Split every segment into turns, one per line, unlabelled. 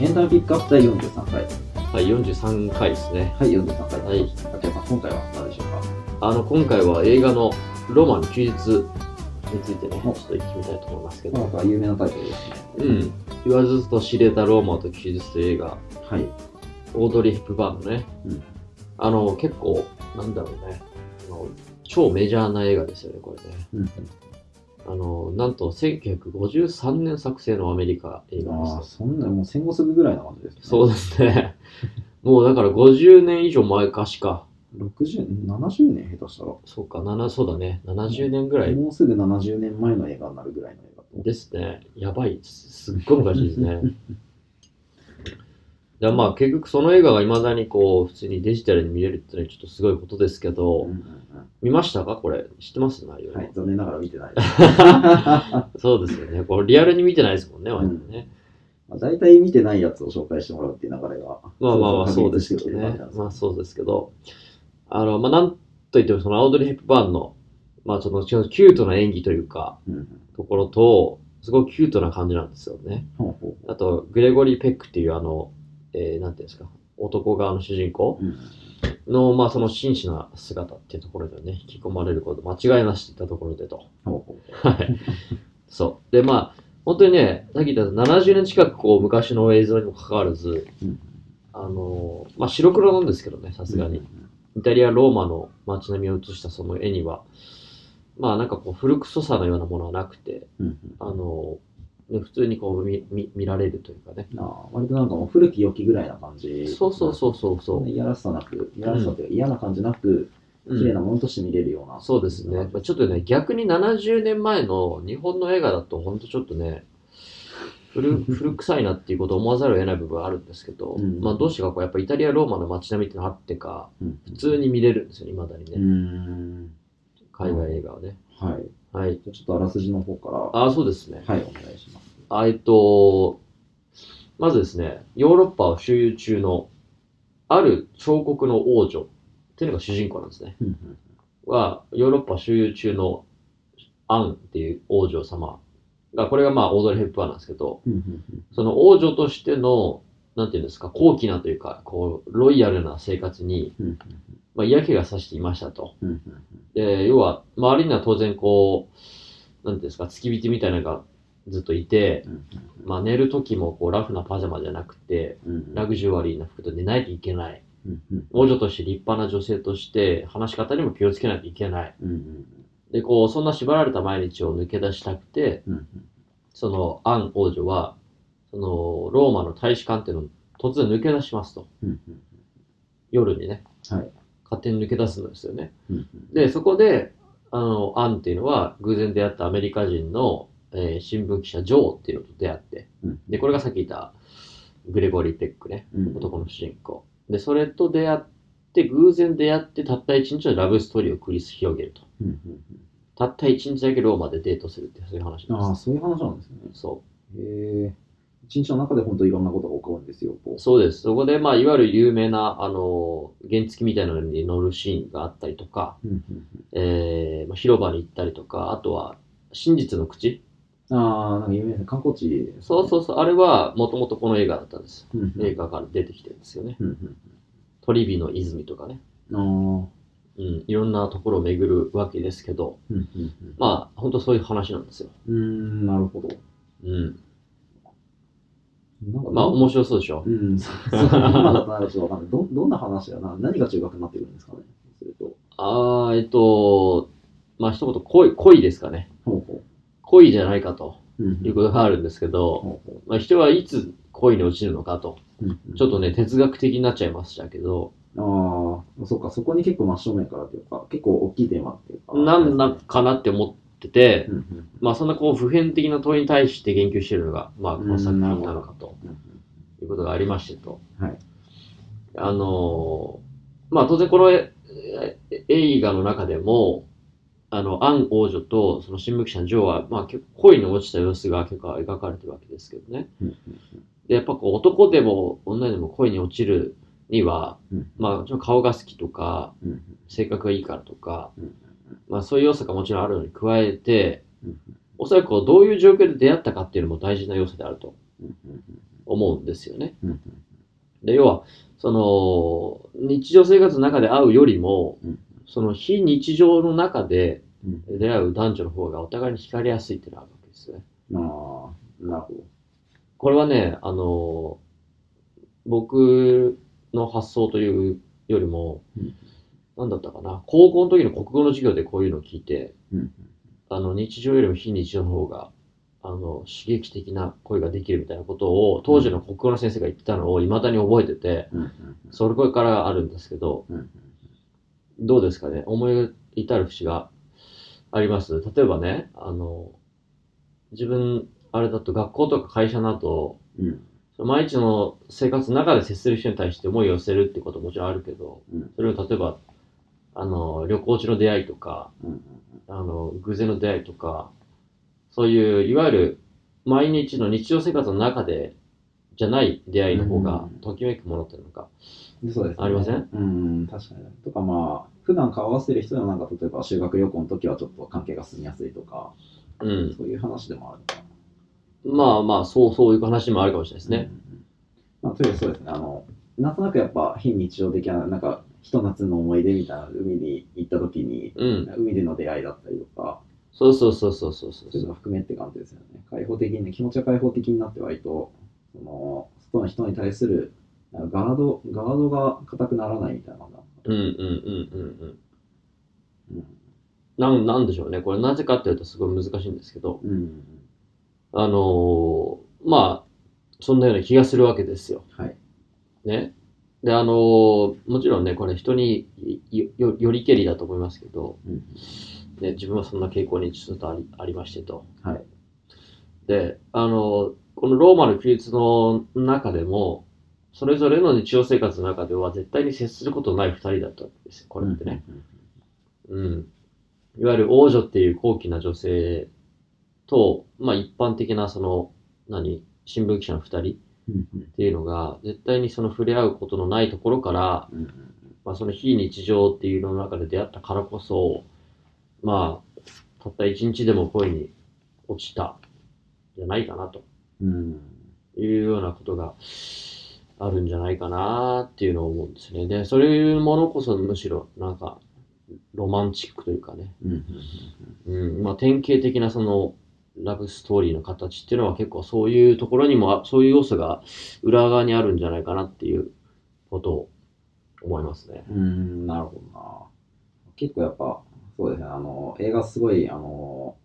エンタメピックアップ第43回。
はい、43回ですね。
はい、43回。
はい。
竹山さん、今回は何でしょうか
あの、今回は映画のロマン休日についてね、ちょ
お
っと聞きたいと思いますけ
な
ど、
かなか有名なタイトルですね。
うん。言わずと知れたローマと休日という映画、
はい。
オードリー・ヘップバーンのね、
うん
あの、結構、なんだろうね、あの超メジャーな映画ですよね、これね。
うん。
あの、なんと、1953年作成のアメリカ映画です
ああ、。そんな、もう戦後すぐぐらいな感じですね。
そうですね。もうだから50年以上前かしか、
60、70年下手したら、
そうか、7、そうだね、70年ぐらい
もうすぐ70年前の映画になるぐらいの映画と。
ですね。やばい、すすっごい昔ですね。でまあ結局その映画が未だにこう、普通にデジタルに見れるってのはちょっとすごいことですけど、
うんうん
見ましたかこれ。知ってます内
う
容
んはい、残念ながら見 てないです。ま
そうですよね。これリアルに見てないですもんね、割とね。
あ大体見てないやつを紹介してもらうっていう流れが。
まあまあまあ、そうですけ
確
ど
立してきてる感じな
ね
ん。です
まあそうですけど、あの、まあなんといってもそのアウドリー・ヘップバーンの、まあその、キュートな演技というか、
うんうん
ところと、すごくキュートな感じなんですよね。
ほうほう
あと、グレゴリー・ペックっていうあの、えー、なんていうんですか、男側の主人公
うん
の、まあその真摯な姿っていうところでね、引き込まれること間違いなしって言ったところでと。
ほうほう
はい。そう。で、まあ、本当にね、さっき言った70年近くこう昔の映像にもかかわらず、
うん
あのーまあ白黒なんですけどね、さすがに。イタリア・ローマの街並みを映したその絵には、まあなんかこう古臭さのようなものはなくて、
うんうん
あの、ね、普通にこう見見見られるというかね。
ああ割となんかもう古き良きぐらいな感じ。
そうそうそうそうそ
そん
う
な。嫌らしさなく、嫌らしさというか嫌な感じなく、
うん
綺麗なものとして見れるような。
そうですね。まあちょっとね、逆に70年前の日本の映画だと、ほんとちょっとね、 古古臭いなっていうことを思わざるを得ない部分はあるんですけど、
うん
まあどうしてかこう、やっぱイタリア・ローマの街並みっていうのがあってか、
うん。
普通に見れるんですよね、未だに
うー
ね。
ん。
海外映画はね。
はい。
はい。
じゃあちょっとあらすじの方から、
ああ、そうですね。
はい、お願いします。
あえっと、まずですね、ヨーロッパを周遊中の、ある彫刻の王女っていうのが主人公なんですね。
うんうん
は、ヨーロッパ周遊中のアンっていう王女様が、これがまあ、オードリー・ヘップバーンなんですけど、
うんうん
その王女としての、なんていうんですか、高貴なというか、こう、ロイヤルな生活に、
うん
まあ、嫌気がさしていましたと。
うんうん
で、要は、周りには当然こう、なんていうんですか、付き人みたいなのがずっといて、
うん
まあ、寝る時もこうラフなパジャマじゃなくて、
うんうん
ラグジュアリーな服で寝ないといけない。
うんうん
王女として立派な女性として、話し方にも気をつけないといけない。
うんうん
で、こう、そんな縛られた毎日を抜け出したくて、
うんうん
その、アン王女は、その、ローマの大使館っていうのを突然抜け出しますと。
うんうん
夜にね。
はい
勝手に抜け出すんですよね。
うん
で、そこで、あの、アンっていうのは、偶然出会ったアメリカ人の、えー新聞記者、ジョーっていうのと出会って、
うん
で、これがさっき言った、グレゴリー・ペックね。
うん
男の主人公。で、それと出会って、偶然出会って、たった一日のラブストーリーを繰り広げると。
うんうん
たった一日だけローマでデートするって、そういう話
うんあ
なん
あ、
で
そういう話なんですね。
す。そ
へえ。一日の中で本当いろんなことが起こるんですよ。こ
う。そうです。そこで、まあ、いわゆる有名な、あの、原付みたいなのに乗るシーンがあったりとか、
う。うんうん
えーまあ、広場に行ったりとか、あとは、真実の口
うんああ、なんか有名な観光地ですね。
そうそうそう。あれは、もともとこの映画だったんです。
うんうん。
映画から出てきてるんですよね。
うんうん
トリビの泉とかね。
ああ。うん
うん。いろんなところを巡るわけですけど、
うんうん
まあ、本当そういう話なんですよ。
うーん、なるほど。
うん。
なんか
まあ面白そうでしょ。
うん、そうそう今だとなんかちょっとわかんない。どどんな話やな何が中学になってくるんですかねそうすると。
ああ、えっと、まあ一言、恋、恋ですかね。
ほうほ
恋じゃないかと
う。うん
いうことがあるんですけど、
ほうほ
まあ人はいつ恋に落ちるのかと。
う。うんうん
ちょっとね、哲学的になっちゃいましたけど、
ああ、そっか、そこに結構真正面からというか、結構大きいテーマっていうか。
なんだかなって思ってて
う、んうん
まあそんなこう普遍的な問いに対して言及しているのが、まあこ
う
の
ん
作品なのかと
うん
いうことがありましてと。
はい。
あのーまあ当然このええ映画の中でも、あの、アン王女とその新聞記者のジョーは、まあ結構恋に落ちた様子が結構描かれてるわけですけどね。
うん
で、やっぱこう男でも女でも恋に落ちるには、
うん
まあちょっと顔が好きとか、
うんうん
性格がいいからとか、
うん
まあそういう要素がもちろんあるのに加えて、
うん
おそらくこうどういう状況で出会ったかっていうのも大事な要素であると
うんうんうんうん
思うんですよね。
うん
で、要は、その、日常生活の中で会うよりも、
うん
その非日常の中で
うん
出会う男女の方がお互いに惹かれやすいっていうのはあるわけですね。
うん。ああ、なるほど。
これはね、あの、僕の発想というよりも
うん、
何だったかな、高校の時の国語の授業でこういうのを聞いて、
うん
あの日常よりも非日常の方が、あの、刺激的な恋ができるみたいなことを、当時の国語の先生が言ってたのを未だに覚えてて、
うんうん
それからあるんですけど、
うんうん
どうですかね思い至る節があります。例えばね、あの、自分、あれだと学校とか会社など、
うんうん
毎日の生活の中で接する人に対して思いを寄せるってことももちろんあるけど、
うん
それを例えば、あの、旅行中の出会いとか、
うんうん
あの、偶然の出会いとか、そういう、いわゆる、毎日の日常生活の中で、じゃない出会いの方が
うん、
ときめくものっていうのか、
でそうです、
ありません
うん、確かに。とかまあ、普段顔合わせてる人でもなんか、例えば修学旅行の時はちょっと関係が進みやすいとか、
うん。
そういう話でもあるのかな
まあまあ、そう、そういう話もあるかもしれないですね。
うんうんまあ、とりあえずそうですね。あの、なんとなくやっぱ非日常的な、なんか、ひと夏の思い出みたいな、海に行った時に、
うん。
海での出会いだったりとか、
そうそうそうそうそうそう
そういうの含めって感じですよね。開放的に、気持ちが開放的になって割と、その、外の人に対する、なんかガード、ガードが硬くならないみたいなのが、
うんうんうんうんう
う
ん。
ん。
なん、なんでしょうね。これなぜかっていうとすごい難しいんですけど、
うん。
あのーまあ、そんなような気がするわけですよ。
はい。
ね。で、あのーもちろんね、これ人によよよりけりだと思いますけど、
うん。
ね、自分はそんな傾向にちょっとありありましてと。
はい。
で、あのーこのローマの休日の中でも、それぞれの日常生活の中では絶対に接することない二人だったんですよ。これってね。
うん。
うん。いわゆる王女っていう高貴な女性と、まあ一般的なその、何、新聞記者の二人っ
うん。
ていうのが、絶対にその触れ合うことのないところから、
うん。
まあその非日常っていうのの中で出会ったからこそ、まあ、たった一日でも恋に落ちた、じゃないかなと
うん。うん。
いうようなことがあるんじゃないかなっていうのを思うんですね。で、そういうものこそむしろなんか、ロマンチックというかね、
うん。
うん、まあ典型的なそのラブストーリーの形っていうのは結構そういうところにもあそういう要素が裏側にあるんじゃないかなっていうことを思いますね。
うーん、なるほどな。結構やっぱ、そうですね、あの、映画すごい、あの、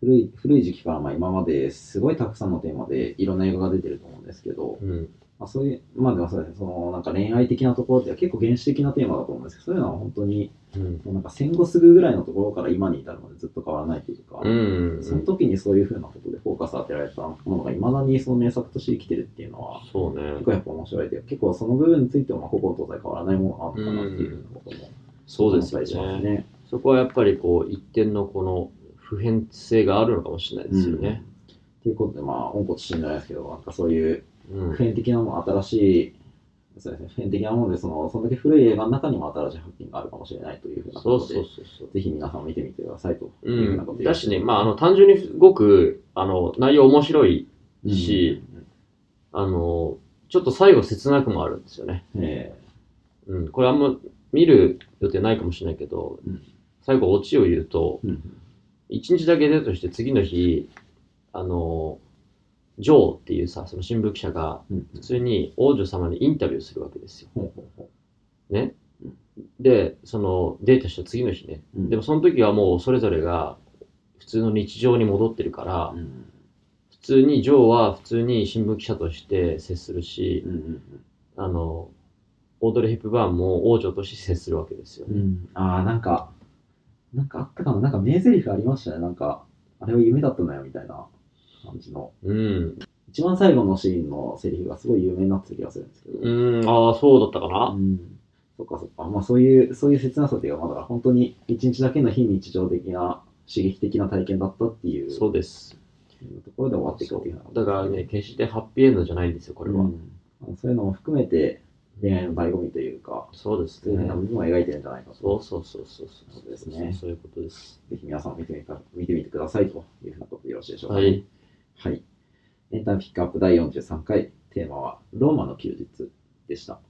古い、古い時期からまあ今まですごいたくさんのテーマでいろんな映画が出てると思うんですけど、
うん、
まあ、そういう、まあでもそうですね、そのなんか恋愛的なところって結構原始的なテーマだと思うんですけど、そういうのは本当に、
うん、
もうなんか戦後すぐぐらいのところから今に至るまでずっと変わらないというか、
うん、
その時にそういうふうなことでフォーカス当てられたものがいまだにその名作として生きてるっていうのは、
そうね
結。構やっぱ面白いで、結構その部分についてもまあ古今東西変わらないものがあるのかなっていうことも
そうで
思ったり
す
し
よ
ます
ね。
ね。
そこはやっぱりこう一定のこの普遍性があるのかもしれないですよね。
ということで、まあ、温故知新じゃないですけど、なんかそういう
うん、
普遍的なもの、新しい、そうですね、普遍的なもので、その、そんだけ古い映画の中にも新しい発見があるかもしれないというふうな
そ
こ
う
とで、
そうそうそう。
ぜひ皆さん見てみてくださいというふうなこと
うん、
で
だしね、まあ、あの単純にすごくあの内容面白い、し、あのちょっと最後切なくもあるんですよね。
うんえ
うん、これあんま見る予定ないかもしれないけど、
うん
最後オチを言うと、
え
一日だけデートして次の日、あの、ジョーっていうさ、その新聞記者が
うん
普通に王女様にインタビューするわけですよ。
ほうほうほ
ね
う。
で、そのデートした次の日ね。
ううん
でもその時はもうそれぞれが普通の日常に戻ってるから、
うん
普通にジョーは普通に新聞記者として接するし
う、ん
あの、オードリー・ヘップバーンも王女として接するわけですよ
うん。うんああ、なんか、なんかあったかな、なんか名台詞ありましたね、なんか、あれは夢だったのよみたいな感じの、
うん。
一番最後のシーンのセリフがすごい有名になってた気がするんですけど、
うん、ああ、そうだったか
う
な。
ん、そっかそっか、まあ、そういうそういう切なさというか、まあだから本当に一日だけの非日常的な刺激的な体験だったっていう
そうです。
ところで終わっていくっていうような
だからね、決してハッピーエンドじゃないんですよ、こ
こ
れ
れ
は。
は、うんそういうのも含めて恋愛の醍醐味というか、
そうです
そういう
ね
の。も描いてるんじゃないかと、
そうそうそうそうそう。
そうですね
そういうことです。
ぜひ皆さんも見てみた見てみてくださいというふうなことでよろしいでしょうか、
はい。
はい。えエンタメピックアップ第43回、テーマはローマの休日でした。